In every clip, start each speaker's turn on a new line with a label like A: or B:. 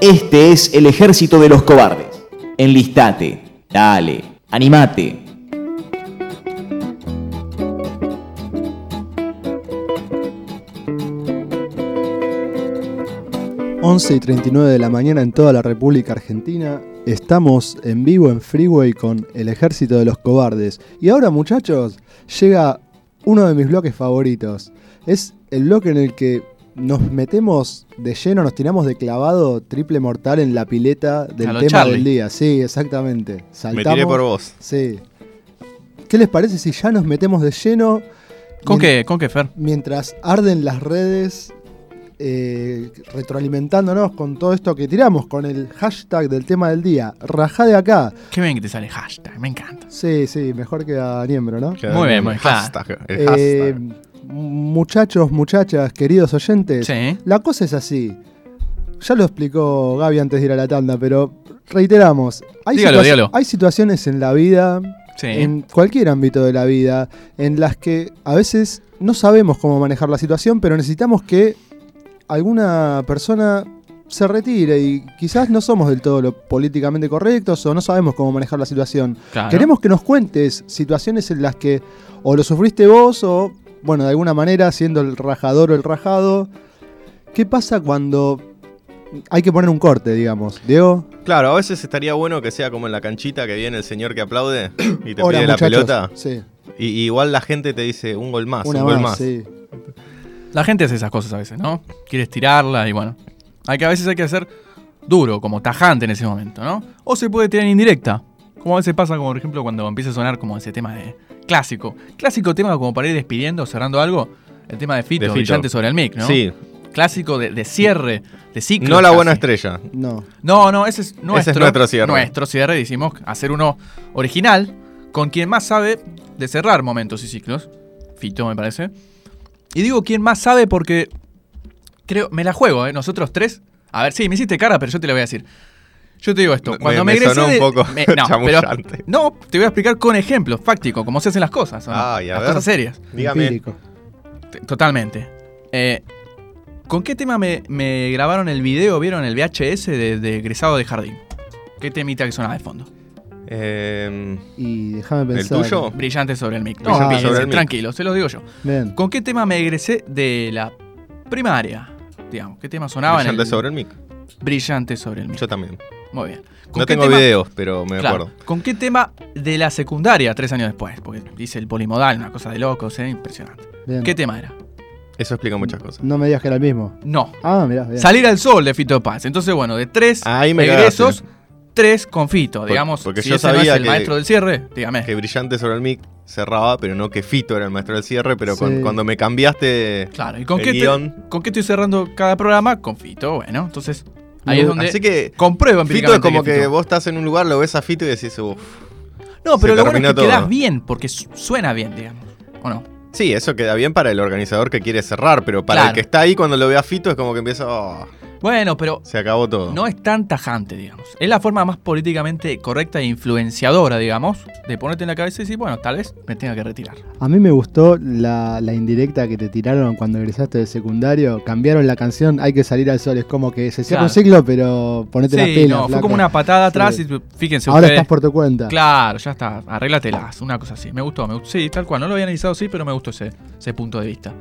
A: Este es el ejército de los cobardes. Enlistate. Dale. Animate.
B: Once y 39 de la mañana en toda la República Argentina. Estamos en vivo en Freeway con el ejército de los cobardes. Y ahora, muchachos, llega uno de mis bloques favoritos. Es el bloque en el que nos metemos de lleno, nos tiramos de clavado triple mortal en la pileta del
C: A lo
B: tema
C: Charlie.
B: del día. Sí, exactamente.
D: Me
B: Saltamos.
D: tiré por vos.
B: Sí. ¿Qué les parece si ya nos metemos de lleno
C: ¿Con
B: Mien-
C: qué, ¿Con qué, Fer?
B: mientras arden las redes, eh, retroalimentándonos con todo esto que tiramos, con el hashtag del tema del día, rajá de acá.
C: Qué bien que te sale hashtag, me encanta.
B: Sí, sí, mejor que a Niembro, ¿no?
D: Queda
C: Muy bien,
D: el
C: muy bien, claro.
D: hashtag, el
B: Eh,
D: hashtag.
B: muchachos, muchachas, queridos oyentes,
C: Sí.
B: la cosa es así. Ya lo explicó Gaby antes de ir a la tanda, pero reiteramos, hay,
C: Dígalo,
B: situa-
C: dígalo.
B: hay situaciones en la vida
C: Sí.
B: en cualquier ámbito de la vida, en las que a veces no sabemos cómo manejar la situación, pero necesitamos que alguna persona se retire y quizás no somos del todo lo políticamente correctos o no sabemos cómo manejar la situación.
C: claro.
B: Queremos que nos cuentes situaciones en las que o lo sufriste vos o, bueno, de alguna manera, siendo el rajador o el rajado, ¿qué pasa cuando hay que poner un corte, digamos? Diego,
D: Claro, a veces estaría bueno que sea como en la canchita que viene el señor que aplaude y te
B: hola,
D: pide la
B: muchachos.
D: pelota.
B: Sí,
D: Y, y igual la gente te dice un gol más,
B: una
D: un gol
B: más,
D: más.
B: sí.
C: La gente hace esas cosas a veces, ¿no? Quieres tirarla y bueno. Hay que a veces hay que hacer duro, como tajante en ese momento, ¿no? O se puede tirar en indirecta. Como a veces pasa, como por ejemplo, cuando empieza a sonar como ese tema de clásico. Clásico tema como para ir despidiendo, cerrando algo. El tema de Fito,
D: De Fito.
C: brillante sobre el mic, ¿no?
D: Sí,
C: Clásico de, de cierre, de ciclo.
D: no la
C: casi.
D: buena estrella.
B: No.
C: No, no, ese es nuestro,
D: nuestro cierre.
C: Nuestro cierre, decimos, hacer uno original con quien más sabe de cerrar momentos y ciclos. Fito, me parece. Y digo quien más sabe porque creo, me la juego, ¿eh? Nosotros tres. A ver, sí, me hiciste cara, pero yo te la voy a decir. Yo te digo esto.
D: Me-
C: Cuando me,
D: me
C: egresé
D: sonó un
C: de-
D: poco
C: me- no, pero-
D: chamullante.
C: no, te voy a explicar con ejemplos, fácticos, cómo se hacen las cosas. ¿o no?
D: Ay, a
C: las
D: ver.
C: cosas serias.
D: Dígame.
B: Empírico.
C: T- Totalmente. Eh, ¿Con qué tema me, me grabaron el video? ¿Vieron el VHS de, de Egresado de Jardín? ¿Qué temita que sonaba de fondo?
D: Eh,
C: Ah,
B: Y déjame pensar.
D: tuyo?
C: Brillante sobre el mic. No,
B: Brillante
C: olvídense,
D: sobre el mic.
C: tranquilo, se los digo yo.
B: Bien.
C: ¿Con qué tema me egresé de la primaria? Digamos, ¿qué tema sonaba
D: brillante
C: en el
D: sobre el mic.
C: Brillante sobre el mic?
D: Yo también.
C: Muy bien. ¿Con
D: No
C: qué
D: tengo
C: tema-
D: videos, pero me
C: Claro.
D: acuerdo.
C: ¿Con qué tema de la secundaria tres años después? Porque dice el polimodal, una cosa de locos, ¿eh? impresionante.
B: Bien.
C: ¿Qué tema era?
D: Eso explica muchas cosas.
B: No me digas que era el mismo.
C: No,
B: Ah, mirá, bien.
C: Salir al sol de Fito Paz. Entonces, bueno, de tres
D: Ahí me
C: egresos,
D: cagaste.
C: tres con Fito, digamos.
D: porque
C: si
D: yo
C: ese no
D: sabía
C: es el
D: que-
C: maestro del cierre, dígame.
D: Que brillante sobre el mic cerraba, pero no que Fito era el maestro del cierre, pero
B: Sí.
D: cuando, cuando me cambiaste.
C: claro, ¿y con
D: el
C: qué, te-
D: guión.
C: con qué estoy cerrando cada programa? Con Fito, bueno. Entonces, ahí
B: Me
C: es
B: gusta.
C: donde
D: Uh, Así que
C: compruebo
D: Fito es
C: empíricamente
D: como que,
C: Fito.
D: vos estás en un lugar, lo ves a Fito y decís, "Uh, uff.
C: No, pero
D: se
C: lo bueno es que
D: terminó
C: quedás
D: todo.
C: bien, porque su- suena bien, digamos. ¿O no?
D: Sí, eso queda bien para el organizador que quiere cerrar, pero para
C: Claro.
D: el que está ahí cuando lo ve a Fito es como que empieza, "Oh,
C: Bueno, pero
D: se acabó todo.
C: no es tan tajante, digamos. Es la forma más políticamente correcta e influenciadora, digamos, de ponerte en la cabeza y decir, bueno, tal vez me tenga que retirar.
B: A mí me gustó la, la indirecta que te tiraron cuando egresaste de secundario. Cambiaron la canción Hay que salir al sol. Es como que se cierra
C: Claro.
B: un ciclo, pero ponete las
C: Sí,
B: pilas.
C: no, fue
B: flaca.
C: como una patada atrás
B: Sí.
C: y fíjense
B: Ahora
C: ustedes.
B: estás por tu cuenta.
C: Claro, ya está, arréglatelas, una cosa así. Me gustó, me gustó. Sí, tal cual, no lo había analizado, sí, pero me gustó ese, ese punto de vista.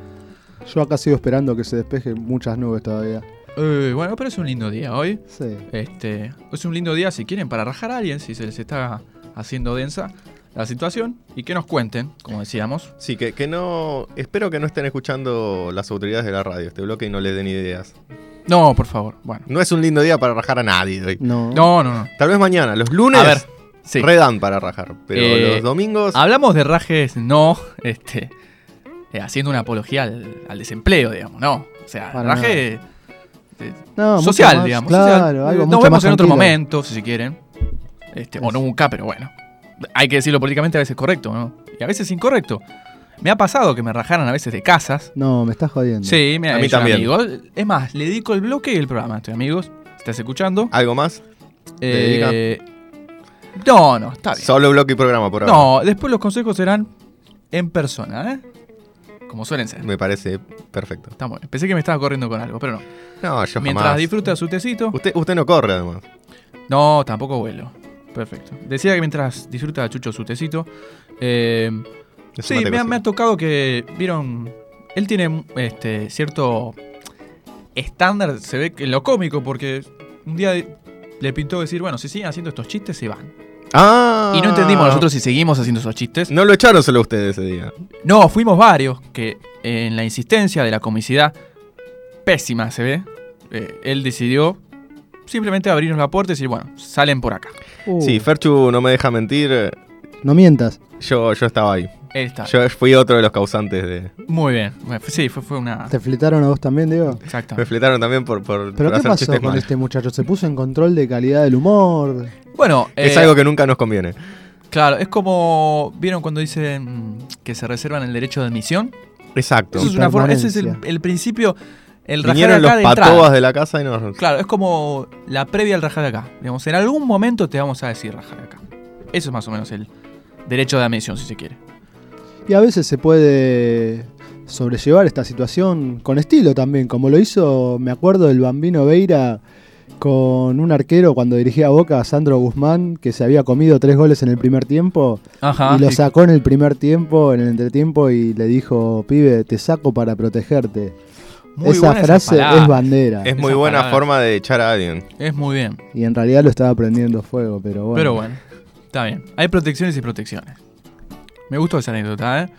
B: Yo acá sigo esperando que se despejen muchas nubes todavía.
C: Eh, bueno, pero es un lindo día hoy.
B: Sí.
C: Este, es un lindo día si quieren para rajar a alguien, si se les está haciendo densa la situación y que nos cuenten, como decíamos.
D: Sí, que, que no. Espero que no estén escuchando las autoridades de la radio este bloque y no les den ideas.
C: No, por favor. Bueno.
D: No es un lindo día para rajar a nadie hoy.
B: No.
C: No, no, no.
D: Tal vez mañana, los lunes,
C: A ver, sí.
D: redan para rajar. Pero
C: Eh,
D: los domingos.
C: Hablamos de rajes, no, este, eh, haciendo una apología al, al desempleo, digamos, no. O sea,
B: Para
C: raje eh,
B: No, Ah, mucho
C: social,
B: más,
C: digamos.
B: Claro,
C: social.
B: algo
C: Nos
B: mucho
C: vemos
B: más
C: en
B: tranquilo.
C: otro momento, si se quieren. Este, o
B: Eso.
C: nunca, pero bueno. Hay que decirlo políticamente a veces correcto, ¿no? Y a veces incorrecto. Me ha pasado que me rajaran a veces de casas.
B: No, me estás jodiendo.
C: Sí, me
D: A
C: ha
D: mí
C: hecho un
D: también.
C: amigo. Es más, le dedico el bloque y el programa, estoy amigos. ¿Estás escuchando?
D: ¿Algo más?
B: Ah,
C: Eh, no, no, está bien.
D: Solo bloque y programa por ahora.
C: No, después los consejos serán en persona, ¿eh? como suelen ser.
D: Me parece perfecto.
C: Está muy bien. Pensé que me estaba corriendo con algo, pero no.
D: No, yo
C: Mientras
D: jamás.
C: disfruta su tecito.
D: Usted, usted no corre, además.
C: No, tampoco vuelo. Perfecto. Decía que mientras disfruta Chucho su tecito. eh,
D: Es
C: sí,
D: un mate
C: me ha,
D: cocido.
C: me ha tocado que. Vieron. Él tiene este cierto estándar, se ve que en lo cómico, porque un día le pintó decir, bueno, si siguen haciendo estos chistes, se van.
D: Ah.
C: Y no entendimos nosotros si seguimos haciendo esos chistes.
D: No lo echaron solo ustedes ese día.
C: No, fuimos varios que en la insistencia de la comicidad pésima se ve, eh, él decidió simplemente abrirnos la puerta y decir, bueno, salen por acá.
B: Uh,
D: Sí, Ferchu no me deja mentir.
B: no mientas.
D: Yo, yo estaba ahí.
C: Él está.
D: Yo fui otro de los causantes de.
C: Muy bien. Bueno, fue- Sí, fue, fue una...
B: ¿Te fletaron a vos también, Diego?
C: Exacto.
D: Me fletaron también por, por,
B: ¿Pero
D: por
B: qué
D: hacer
B: pasó
D: chistes
B: con
D: mal.
B: este muchacho? ¿Se puso en control de calidad del humor?
C: Bueno,
D: Es
C: eh,
D: algo que nunca nos conviene.
C: claro, es como, ¿vieron cuando dicen mm, que se reservan el derecho de admisión?
D: Exacto.
C: Eso es una forma, ese es el,
B: Permanencia.
C: el principio, el rajar
D: Vinieron
C: acá
D: los
C: de
D: patobas
C: entrada.
D: de la casa y nos.
C: Claro, es como la previa al rajar de acá. Digamos, en algún momento te vamos a decir rajar de acá. Eso es más o menos el derecho de admisión, si se quiere.
B: Y a veces se puede sobrellevar esta situación con estilo también, como lo hizo, me acuerdo, el bambino Veira con un arquero cuando dirigía a Boca, Sandro Guzmán, que se había comido tres goles en el primer tiempo
C: Ajá.
B: y lo sacó en el primer tiempo, en el entretiempo y le dijo, pibe, te saco para protegerte.
C: Muy
B: esa
C: buena esa
B: frase
C: palabra.
B: es bandera
D: Es muy
C: Esas
D: buena
C: palabras.
D: forma de echar a alguien.
C: Es muy bien.
B: y en realidad lo estaba prendiendo fuego, pero bueno.
C: Pero bueno, está bien. Hay protecciones y protecciones. Me gustó esa anécdota, ¿eh?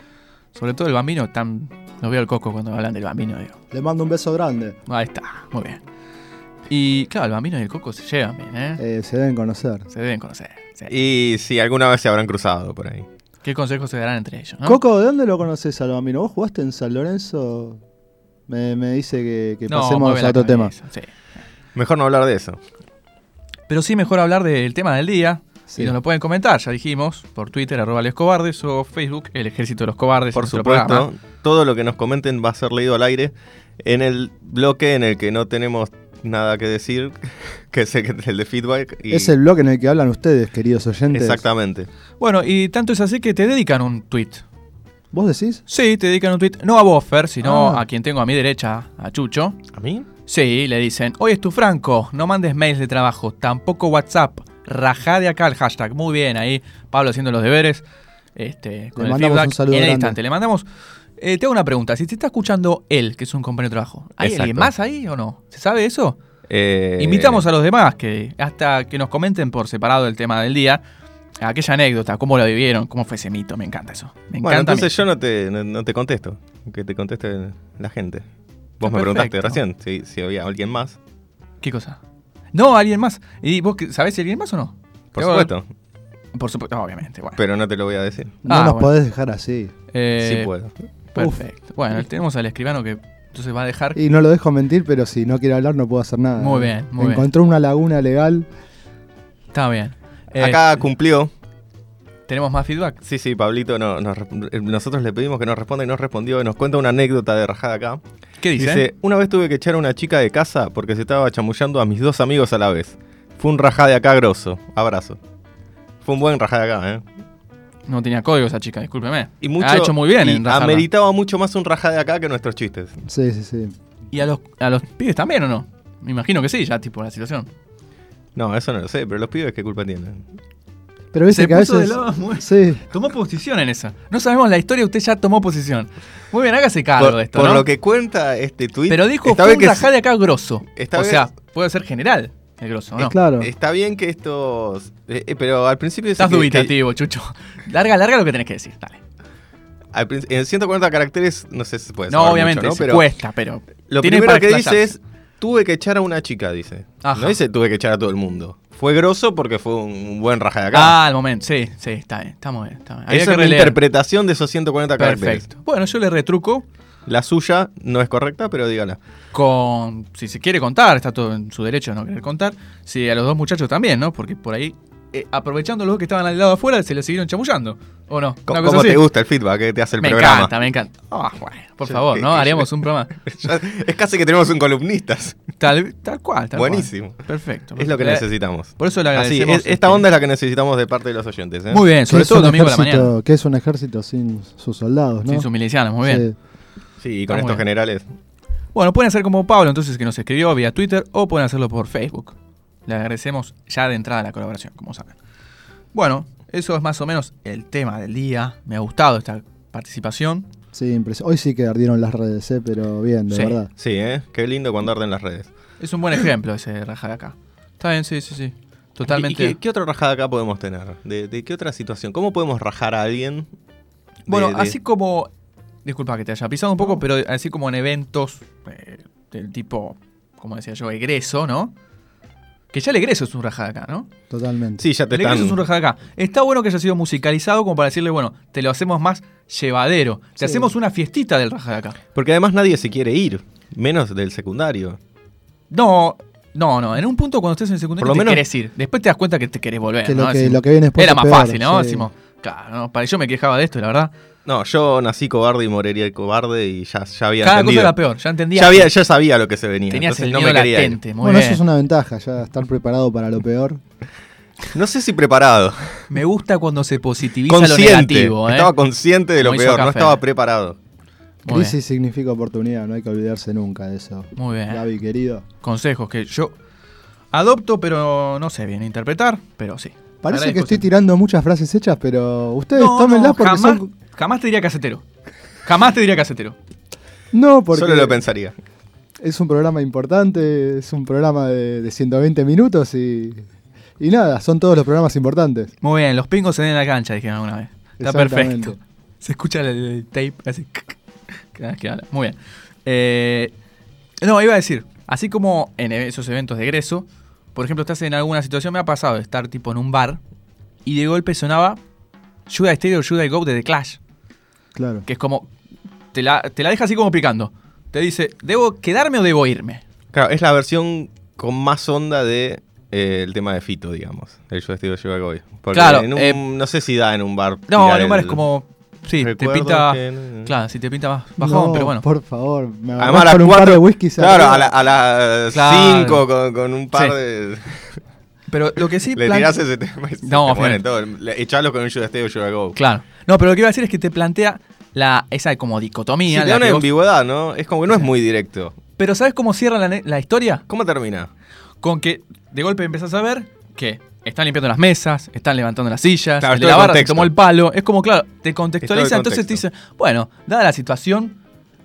C: Sobre todo el bambino, tan. Los veo al coco cuando hablan del bambino, digo. "Ah,
B: Le mando un beso grande.
C: Ahí está, muy bien. Y claro, el bambino y el coco se llevan bien, ¿eh?
B: Eh, se deben conocer.
C: Se deben conocer. sí.
D: Y sí, alguna vez se habrán cruzado por ahí.
C: ¿Qué consejos se darán entre ellos? ¿no?
B: Coco, ¿de dónde lo conoces al bambino? ¿Vos jugaste en San Lorenzo? Me, me dice que, que
C: No,
B: pasemos
C: mueve
B: a
C: la
B: otro tema.
C: cabeza, sí.
D: Mejor no hablar de eso.
C: Pero sí, mejor hablar del tema del día.
B: Sí.
C: Y nos lo pueden comentar, ya dijimos, por Twitter, arroba los cobardes, o Facebook, el ejército de los cobardes.
D: Por
C: nuestro
D: supuesto,
C: programa.
D: todo lo que nos comenten va a ser leído al aire en el bloque en el que no tenemos nada que decir, que es el, que- el de feedback. Y
B: Es el blog en el que hablan ustedes, queridos oyentes.
D: Exactamente.
C: Bueno, y tanto es así que te dedican un tweet.
B: ¿Vos decís?
C: Sí, te dedican un tweet, no a Boffer, sino
B: Ah.
C: a quien tengo a mi derecha, a Chucho.
D: ¿A mí?
C: Sí, le dicen, hoy es tu Franco, no mandes mails de trabajo, tampoco WhatsApp, rajá de acá el hashtag. Muy bien, ahí Pablo haciendo los deberes. Este, con el
B: mandamos
C: feedback
B: un saludo
C: en el
B: grande.
C: instante. Le mandamos. Eh, te hago una pregunta, si te está escuchando él, que es un compañero de trabajo, ¿hay
D: Exacto.
C: alguien más ahí o no? ¿Se sabe eso?
D: Eh,
B: Eh,
C: Invitamos a los demás que hasta que nos comenten por separado el tema del día, aquella anécdota, cómo la vivieron, cómo fue ese mito, me encanta eso. Me
D: Bueno,
C: encanta. a mí.
D: entonces yo no te, no, no te contesto, que te conteste la gente. Vos
C: Está
D: me preguntaste
C: perfecto.
D: recién si, si había alguien más.
C: ¿Qué cosa? No, alguien más. ¿Y vos qué- sabés si alguien más o no?
D: Por
C: Yo-
D: supuesto,
C: Por supuesto, obviamente. Bueno.
D: pero no te lo voy a decir.
B: No
C: Ah,
B: nos
C: bueno.
B: podés dejar así.
C: Eh,
D: sí puedo.
C: Perfecto. Bueno, tenemos al escribano que entonces va a dejar.
B: Y no lo dejo mentir, pero si no quiere hablar no puedo hacer nada.
C: Muy bien, muy bien.
B: Encontró una laguna legal.
C: Está bien. Eh,
D: Acá cumplió.
C: tenemos más feedback.
D: Sí, sí, Pablito, no, nos re- nosotros le pedimos que nos responda y nos respondió. Nos cuenta una anécdota de rajada acá.
C: ¿Qué dice?
D: Dice, una vez tuve que echar a una chica de casa porque se estaba chamullando a mis dos amigos a la vez. Fue un rajá de acá grosso. Abrazo. Fue un buen rajá de acá, ¿eh?
C: No tenía código esa chica, discúlpeme.
D: Y mucho,
C: ha hecho muy bien
D: y
C: en rajarla.
D: Ameritaba mucho más un rajá de acá que nuestros chistes.
B: Sí, sí, sí.
C: ¿Y a los, a los pibes también o no? Me imagino que sí, ya tipo la situación.
D: No, eso no lo sé, pero los pibes qué culpa tienen.
B: Pero viste
C: Se
B: que a
C: puso
B: veces...
C: de lado, muy-
B: Sí.
C: Tomó posición en esa. No sabemos la historia, usted ya tomó posición. Muy bien, hágase cargo
D: Por,
C: de esto,
D: por
C: ¿no?
D: lo que cuenta este tuit,
C: Pero dijo
D: está
C: fue
D: bien
C: un
D: que,
C: rajá de acá grosso.
D: Esta
C: o
D: vez-
C: sea, puede ser general el grosso, ¿o ¿no?
B: Claro.
D: está bien que estos... eh, eh, pero al principio... dice
C: Estás
D: que-
C: dubitativo, Chucho. Larga, larga lo que tenés que decir. Dale.
D: que al prin- en 140 caracteres, no sé si puede
C: No,
D: Pues saber
C: obviamente,
D: mucho, ¿no?
C: se
D: Pero
C: cuesta, pero.
D: Lo
C: tienen
D: primero
C: para
D: que dice
C: explayarse.
D: es, tuve que echar a una chica, dice.
C: Ajá.
D: No dice tuve que echar a todo el mundo. Fue grosso porque fue un- un buen raja de acá.
C: Ah, al momento, sí, sí, está bien, estamos bien. Está bien. Había
D: Esa
C: que
D: es mi
C: releer.
D: interpretación de esos 140 caracteres.
C: Perfecto. Bueno, yo le retruco
D: La suya no es correcta, pero dígala.
C: con. Si se quiere contar, está todo en su derecho de no querer contar. Si a los dos muchachos también, ¿no? Porque por ahí eh, aprovechando los dos que estaban al lado de afuera, se le siguieron chamullando. ¿O no? Una
D: ¿Cómo,
C: cosa
D: cómo
C: así.
D: te gusta el feedback que te hace el
C: me
D: programa?
C: encanta, me encanta. Ah, bueno, por
D: Yo-
C: favor,
D: que-
C: ¿no?
D: que-
C: Haríamos un programa.
D: Ya- es casi que tenemos un columnistas.
C: Tal, tal cual, tal cual.
D: Buenísimo.
C: Perfecto.
D: Es lo que
C: Le-
D: necesitamos.
C: Por eso le
D: Así,
C: agradecemos.
D: es- esta onda es la que necesitamos de parte de los oyentes. ¿eh?
C: Muy bien, sobre todo domingo a la
B: ejército,
C: mañana.
B: que es un ejército sin sus soldados, ¿no?
C: Sin sus milicianos, muy bien.
B: Sí.
D: Sí, y con
C: Está muy
D: estos
C: bien.
D: generales.
C: Bueno, pueden hacer como Pablo, entonces, que nos escribió vía Twitter o pueden hacerlo por Facebook. Le agradecemos ya de entrada la colaboración, como saben. Bueno, eso es más o menos el tema del día. Me ha gustado esta participación.
B: Sí, impresi- Hoy sí que ardieron las redes, ¿eh? pero bien, de
C: Sí.
B: verdad.
D: Sí, ¿eh? Qué lindo cuando arden las redes.
C: Es un buen ejemplo ese raja de acá. Está bien, sí, sí, sí.
D: ¿Y-
C: Totalmente.
D: y qué, qué otra rajada acá podemos tener? ¿De, de qué otra situación? ¿Cómo podemos rajar a alguien? De-
C: bueno,
D: de-
C: así como. Disculpa que te haya pisado un poco, pero así como en eventos eh, del tipo, como decía yo, egreso, ¿no? Que ya el egreso es un raja de acá, ¿no?
B: Totalmente.
D: Sí, ya te
C: El ingreso es un
D: están...
C: rojal acá. Está bueno que haya sido musicalizado como para decirle, bueno, te lo hacemos más llevadero. Te
B: Sí.
C: hacemos una fiestita del rajal acá.
D: Porque además nadie se quiere ir, menos del secundario.
C: No, no, no. En un punto cuando estés en el secundario
D: Por lo
C: te
D: menos-
C: querés ir. Después te das cuenta que te querés volver.
B: Que
C: ¿no?
B: lo, que,
C: Decimos,
B: lo que viene después
C: Era
B: es
C: más
B: peor,
C: fácil, ¿no?
B: sí.
C: Decimos, claro, no, para yo me quejaba de esto, la verdad.
D: No, yo nací cobarde y moriría el cobarde y ya, ya había
C: Cada cosa
D: entendido.
C: era peor. Ya entendía.
D: ya, había, ya sabía lo que se venía.
C: Tenías
D: entonces
C: el
D: no
C: miedo
D: me quería ir.
C: latente. Muy
B: Bueno,
C: bien.
B: eso es una ventaja, ya estar preparado para lo peor.
D: No sé si preparado.
C: Me gusta cuando se positiviza lo
D: Consciente.
C: negativo. ¿eh?
D: Estaba consciente de lo
C: Como hizo
D: peor, no
C: Café.
D: estaba preparado.
C: Muy bien.
B: Crisis significa oportunidad, no hay que olvidarse nunca de eso.
C: Muy bien.
B: Gaby, querido.
C: Consejos que yo adopto, pero no sé bien interpretar, pero sí.
B: Parece que
C: Agradezco
B: estoy
C: siempre.
B: tirando muchas frases hechas, pero ustedes
C: No,
B: tómenlas
C: no,
B: porque
C: jamás,
B: son.
C: jamás te diría casetero. Jamás te diría casetero.
B: No, porque
D: Solo lo pensaría.
B: es un programa importante, es un programa de, de 120 minutos y. Y nada, son todos los programas importantes.
C: Muy bien, los pingos se den en la cancha, dijeron alguna vez. Está
B: Exactamente.
C: perfecto. Se escucha el, el tape así. Cada vez que habla. Muy bien. Eh, no, iba a decir, así como en ev- esos eventos de egreso, por ejemplo, estás en alguna situación, me ha pasado de estar tipo en un bar y de golpe sonaba Judah Stereo, Judah Go de The Clash.
B: Claro.
C: que es como. Te la, te la deja así como picando. Te dice, ¿debo quedarme o debo irme?
D: Claro, es la versión con más onda de eh, el tema de Fito, digamos. El yo estilo yo hoy. Porque
C: Claro,
D: en un-
C: eh,
D: no sé si da en un bar.
C: No,
D: tirar
C: en un bar
D: el-
C: es como. Sí, te
D: recuerdo
C: pinta.
D: que no-
C: Claro, si te pinta más bajón,
B: No,
C: pero bueno.
B: Por favor, me
D: Además, a
B: agarrás
D: las
B: con un par
D: cuatro-
B: de whiskies.
D: Claro,
B: arriba.
D: a la- a las
C: Claro.
D: 5 con, con un par
C: Sí.
D: de.
C: Pero lo que sí.
D: Le
C: plan-
D: tirás ese tema y se
C: No,
D: te mueren
C: fíjate.
D: todos. Le- Echalos con un yo estilo yo go.
C: Claro. No, pero lo que iba a decir es que te plantea la, esa como
D: Sí,
C: dicotomía.
D: te
C: la
D: da una
C: que vos-
D: ambigüedad, ¿no? Es como que no es muy directo.
C: Pero ¿sabes cómo cierra la, ne- la historia?
D: ¿Cómo termina?
C: Con que de golpe empezás a ver que están limpiando las mesas, están levantando las sillas,
D: Claro,
C: el
D: es
C: de
D: todo
C: la
D: el
C: barra se
D: contexto.
C: tomó el palo. Es como, claro, te
D: Es
C: contextualiza,
D: todo el
C: entonces te dice, bueno, dada la situación,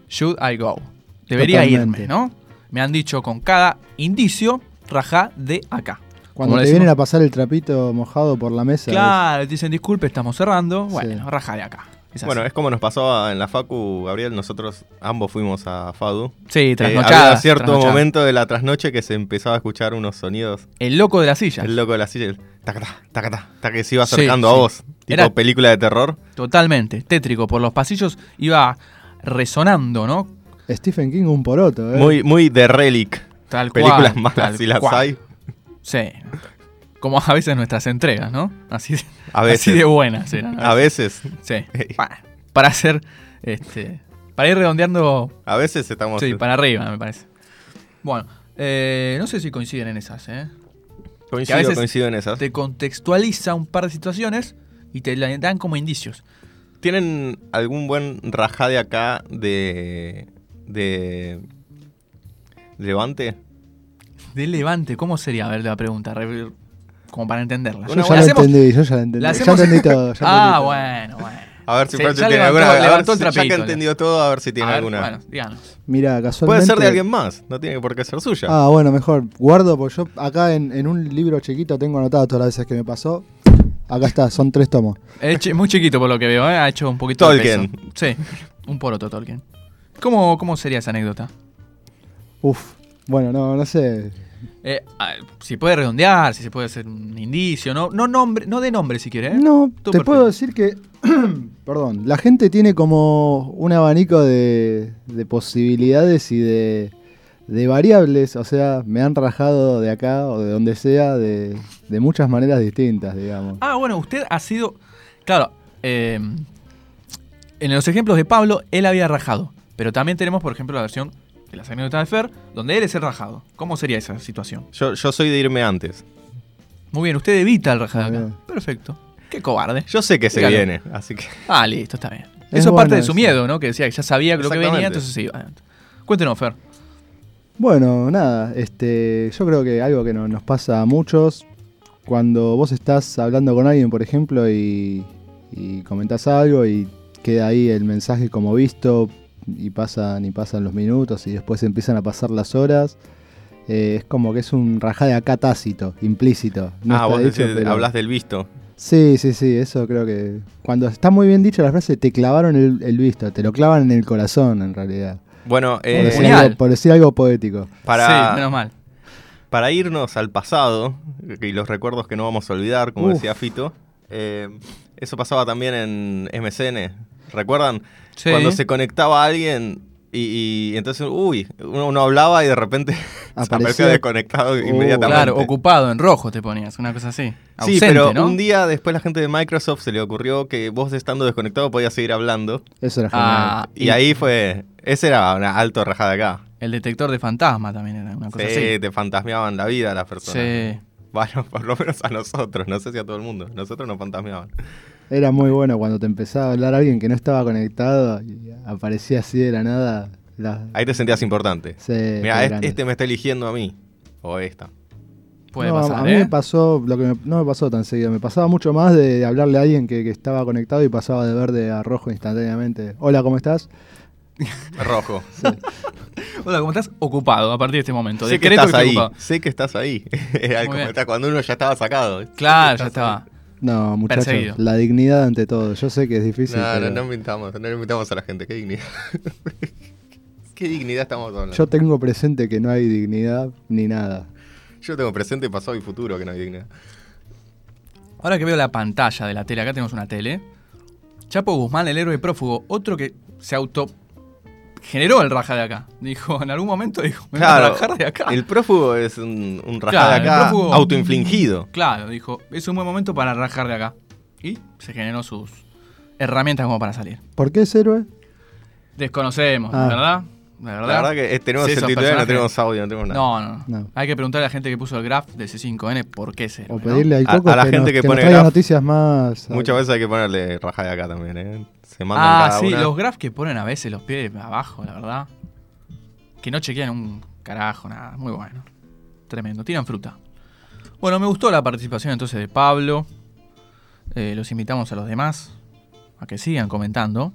C: should I go? Debería
B: Totalmente.
C: irme, ¿no? Me han dicho con cada indicio, rajá de acá.
B: Cuando te
C: Como le decimos.
B: vienen a pasar el trapito mojado por la mesa.
C: Claro, te dicen, disculpe, estamos cerrando. Bueno,
B: Sí.
C: rajá de acá. Es así.
D: Bueno, es como nos pasó a- en la Facu, Gabriel. Nosotros ambos fuimos a Fadu.
C: sí,
D: Eh,
C: trasnochada.
D: había cierto
C: trasnochada.
D: momento de la trasnoche que se empezaba a escuchar unos sonidos.
C: El loco de la silla.
D: El loco de la silla, el tacatá, tacatá, hasta que se iba
C: Sí,
D: acercando
C: sí.
D: a vos. Tipo
C: Era-
D: película de terror.
C: Totalmente, tétrico. Por los pasillos iba resonando, ¿no?
B: ¿eh? Stephen King, un poroto, ¿eh?
D: Muy, muy de relic.
C: Tal cual.
D: Películas
C: tal
D: malas, si las
C: cual.
D: hay.
C: Sí. Como a veces nuestras entregas, ¿no? Así,
D: A
C: así
D: veces.
C: de buenas eran.
D: A veces.
C: Sí. Pa- Para hacer. Este, para ir redondeando.
D: A veces estamos.
C: Sí, para arriba, me parece. Bueno, eh, no sé si coinciden en esas, ¿eh?
D: coincido,
C: que a veces
D: coincido en esas.
C: Te contextualiza un par de situaciones y te la dan como indicios.
D: ¿Tienen algún buen rajade acá de. de. Levante?
C: De levante, ¿cómo sería? A ver, la pregunta, re- como para entenderla.
B: Yo
D: Una
B: Ah, ya
D: buena-
B: lo
C: Hacemos-
B: entendí, yo ya lo entendí. Ya
C: la hacemos-
B: entendí todo. ya
C: ah,
B: entendí todo.
C: bueno, bueno.
D: A ver si
C: Sí,
D: Francho
C: ya
D: tiene
C: levantó-
D: alguna. a ver
C: levantó el
D: si- ya que
C: trapito,
D: entendió todo, a ver si tiene
C: A ver,
D: alguna.
C: Bueno, díganos.
B: Mira, casualmente.
D: Puede ser de alguien más, no tiene por qué ser suya.
B: Ah, bueno, mejor. Guardo, porque yo acá en, en un libro chiquito tengo anotado todas las veces que me pasó. Acá está, son tres tomos.
C: Es chi- muy chiquito por lo que veo, ¿eh? ha hecho un poquito de
D: Tolkien.
C: peso. Sí, un poroto Tolkien. ¿Cómo, cómo sería esa anécdota?
B: Uf, bueno, no, no sé.
C: Eh, ah, si puede redondear, si se puede hacer un indicio, no, no nombre, no de nombre si quiere, ¿eh?
B: No,
C: Tú
B: te
C: perfecto.
B: puedo decir que. perdón, la gente tiene como un abanico de, de posibilidades y de, de variables, o sea, me han rajado de acá o de donde sea de, de muchas maneras distintas, digamos.
C: Ah, bueno, usted ha sido. Claro, eh, en los ejemplos de Pablo, él había rajado. Pero también tenemos, por ejemplo, la versión de las anécdotas de Fer, donde él es el rajado. ¿Cómo sería esa situación?
D: Yo, yo soy de irme antes.
C: Muy bien, usted evita el rajado
B: Muy
C: acá.
B: bien.
C: Perfecto. Qué cobarde.
D: Yo sé que se
C: Dígalo.
D: viene, así que.
C: Ah, listo, está bien.
B: Es
C: Eso es parte
B: bueno
C: de su
B: eso.
C: miedo, ¿no? Que decía que ya sabía lo que venía,
D: Exactamente.
C: entonces sí. adelante. Cuéntenos, Fer.
B: Bueno, nada, este, yo creo que algo que no- nos pasa a muchos, cuando vos estás hablando con alguien, por ejemplo, y, y comentás algo y queda ahí el mensaje como visto y pasan y pasan los minutos y después empiezan a pasar las horas, eh, es como que es un rajade acá tácito, implícito. no
D: ah,
B: está
D: vos
B: dicho,
D: decís-
B: pero-
D: hablás del visto.
B: Sí, sí, sí, eso creo que... Cuando está muy bien dicha la frase, te clavaron el, el visto, te lo clavan en el corazón en realidad.
D: Bueno,
B: Por,
D: eh,
B: decir,
C: genial.
B: algo, por decir algo poético.
D: para,
C: Sí, menos mal.
D: para irnos al pasado y los recuerdos que no vamos a olvidar, como
B: Uf.
D: decía Fito, eh, eso pasaba también en MSN. ¿Recuerdan?
C: Sí.
D: Cuando se conectaba alguien y, y entonces, uy, uno, uno hablaba y de repente se
B: Aparecía. Uh,
D: aparecía desconectado inmediatamente.
C: Claro, ocupado, en rojo te ponías, una cosa así.
D: Sí,
C: Ausente,
D: pero
C: ¿no?
D: un día después la gente de Microsoft se le ocurrió que vos estando desconectado podías seguir hablando.
B: Eso era genial.
C: Ah,
D: Y, ahí fue. Ese era una alto rajada acá.
C: El detector de fantasma también era una cosa
D: Sí,
C: así.
D: te fantasmeaban la vida las personas.
C: Sí.
D: Bueno, por lo menos a nosotros, no sé si a todo el mundo. Nosotros nos fantasmeaban.
B: Era muy bueno cuando te empezaba a hablar alguien que no estaba conectado y aparecía así de la nada. la-
D: Ahí te sentías importante.
B: se-
D: Mira,
B: fue
D: este,
B: grande.
D: me está eligiendo a mí. O esta.
C: Puede
B: No,
C: pasar,
B: a mí
C: ¿eh?
B: me pasó, lo que me- no me pasó tan seguido, me pasaba mucho más de hablarle a alguien que, que estaba conectado y pasaba de verde a rojo instantáneamente. Hola, ¿cómo estás?
D: Rojo.
C: Hola, ¿cómo estás? Ocupado a partir de este momento.
D: sé que
C: Decreto estoy
D: estás ahí.
C: ocupado.
D: Sé que estás ahí. Era
C: Muy
D: como
C: bien.
D: está cuando uno ya estaba sacado. Sé que
C: Claro, ya
D: estás
C: estaba.
B: No, muchachos,
C: Perseguido.
B: la dignidad ante todo. Yo sé que es
D: ahí.
B: difícil.
D: No, no,
B: pero
D: no mintamos. No le mintamos a la gente. Qué dignidad. Qué dignidad estamos hablando.
B: Yo tengo presente que no hay dignidad ni nada.
D: Yo tengo presente, pasado y futuro que no hay dignidad.
C: Ahora que veo la pantalla de la tele, acá tenemos una tele. Chapo Guzmán, el héroe prófugo, otro que se auto generó el raja de acá. Dijo, en algún momento dijo, me voy a rajar de acá.
D: El prófugo es un, un rajada
C: Claro, el
D: acá
C: prófugo-
D: autoinfligido.
C: Claro, dijo, es un buen momento para rajar de acá. Y se generó sus herramientas como para salir.
B: ¿Por qué es héroe?
C: Desconocemos,
B: Ah.
C: ¿verdad? La
D: La
C: verdad.
D: verdad que eh, tenemos
C: Sí,
D: el
C: esos
D: titular, no
C: personajes-
D: tenemos audio, no tenemos nada.
C: No, no, no.
B: No.
C: Hay que preguntarle a la gente que puso el graph del C5N por qué se.
B: O pedirle al
D: A-
B: Coco
D: a la
B: que, nos,
D: gente que
B: nos
D: pone
B: traiga
D: graf.
B: noticias más.
D: Muchas veces hay que ponerle rajada acá también, ¿eh? Se mandan
C: Ah,
D: cada
C: sí,
D: una.
C: los graphs que ponen a veces los pies abajo, la verdad. Que no chequean un carajo, nada. Muy bueno. Tremendo. Tiran fruta. Bueno, me gustó la participación entonces de Pablo. Eh, los invitamos a los demás a que sigan comentando.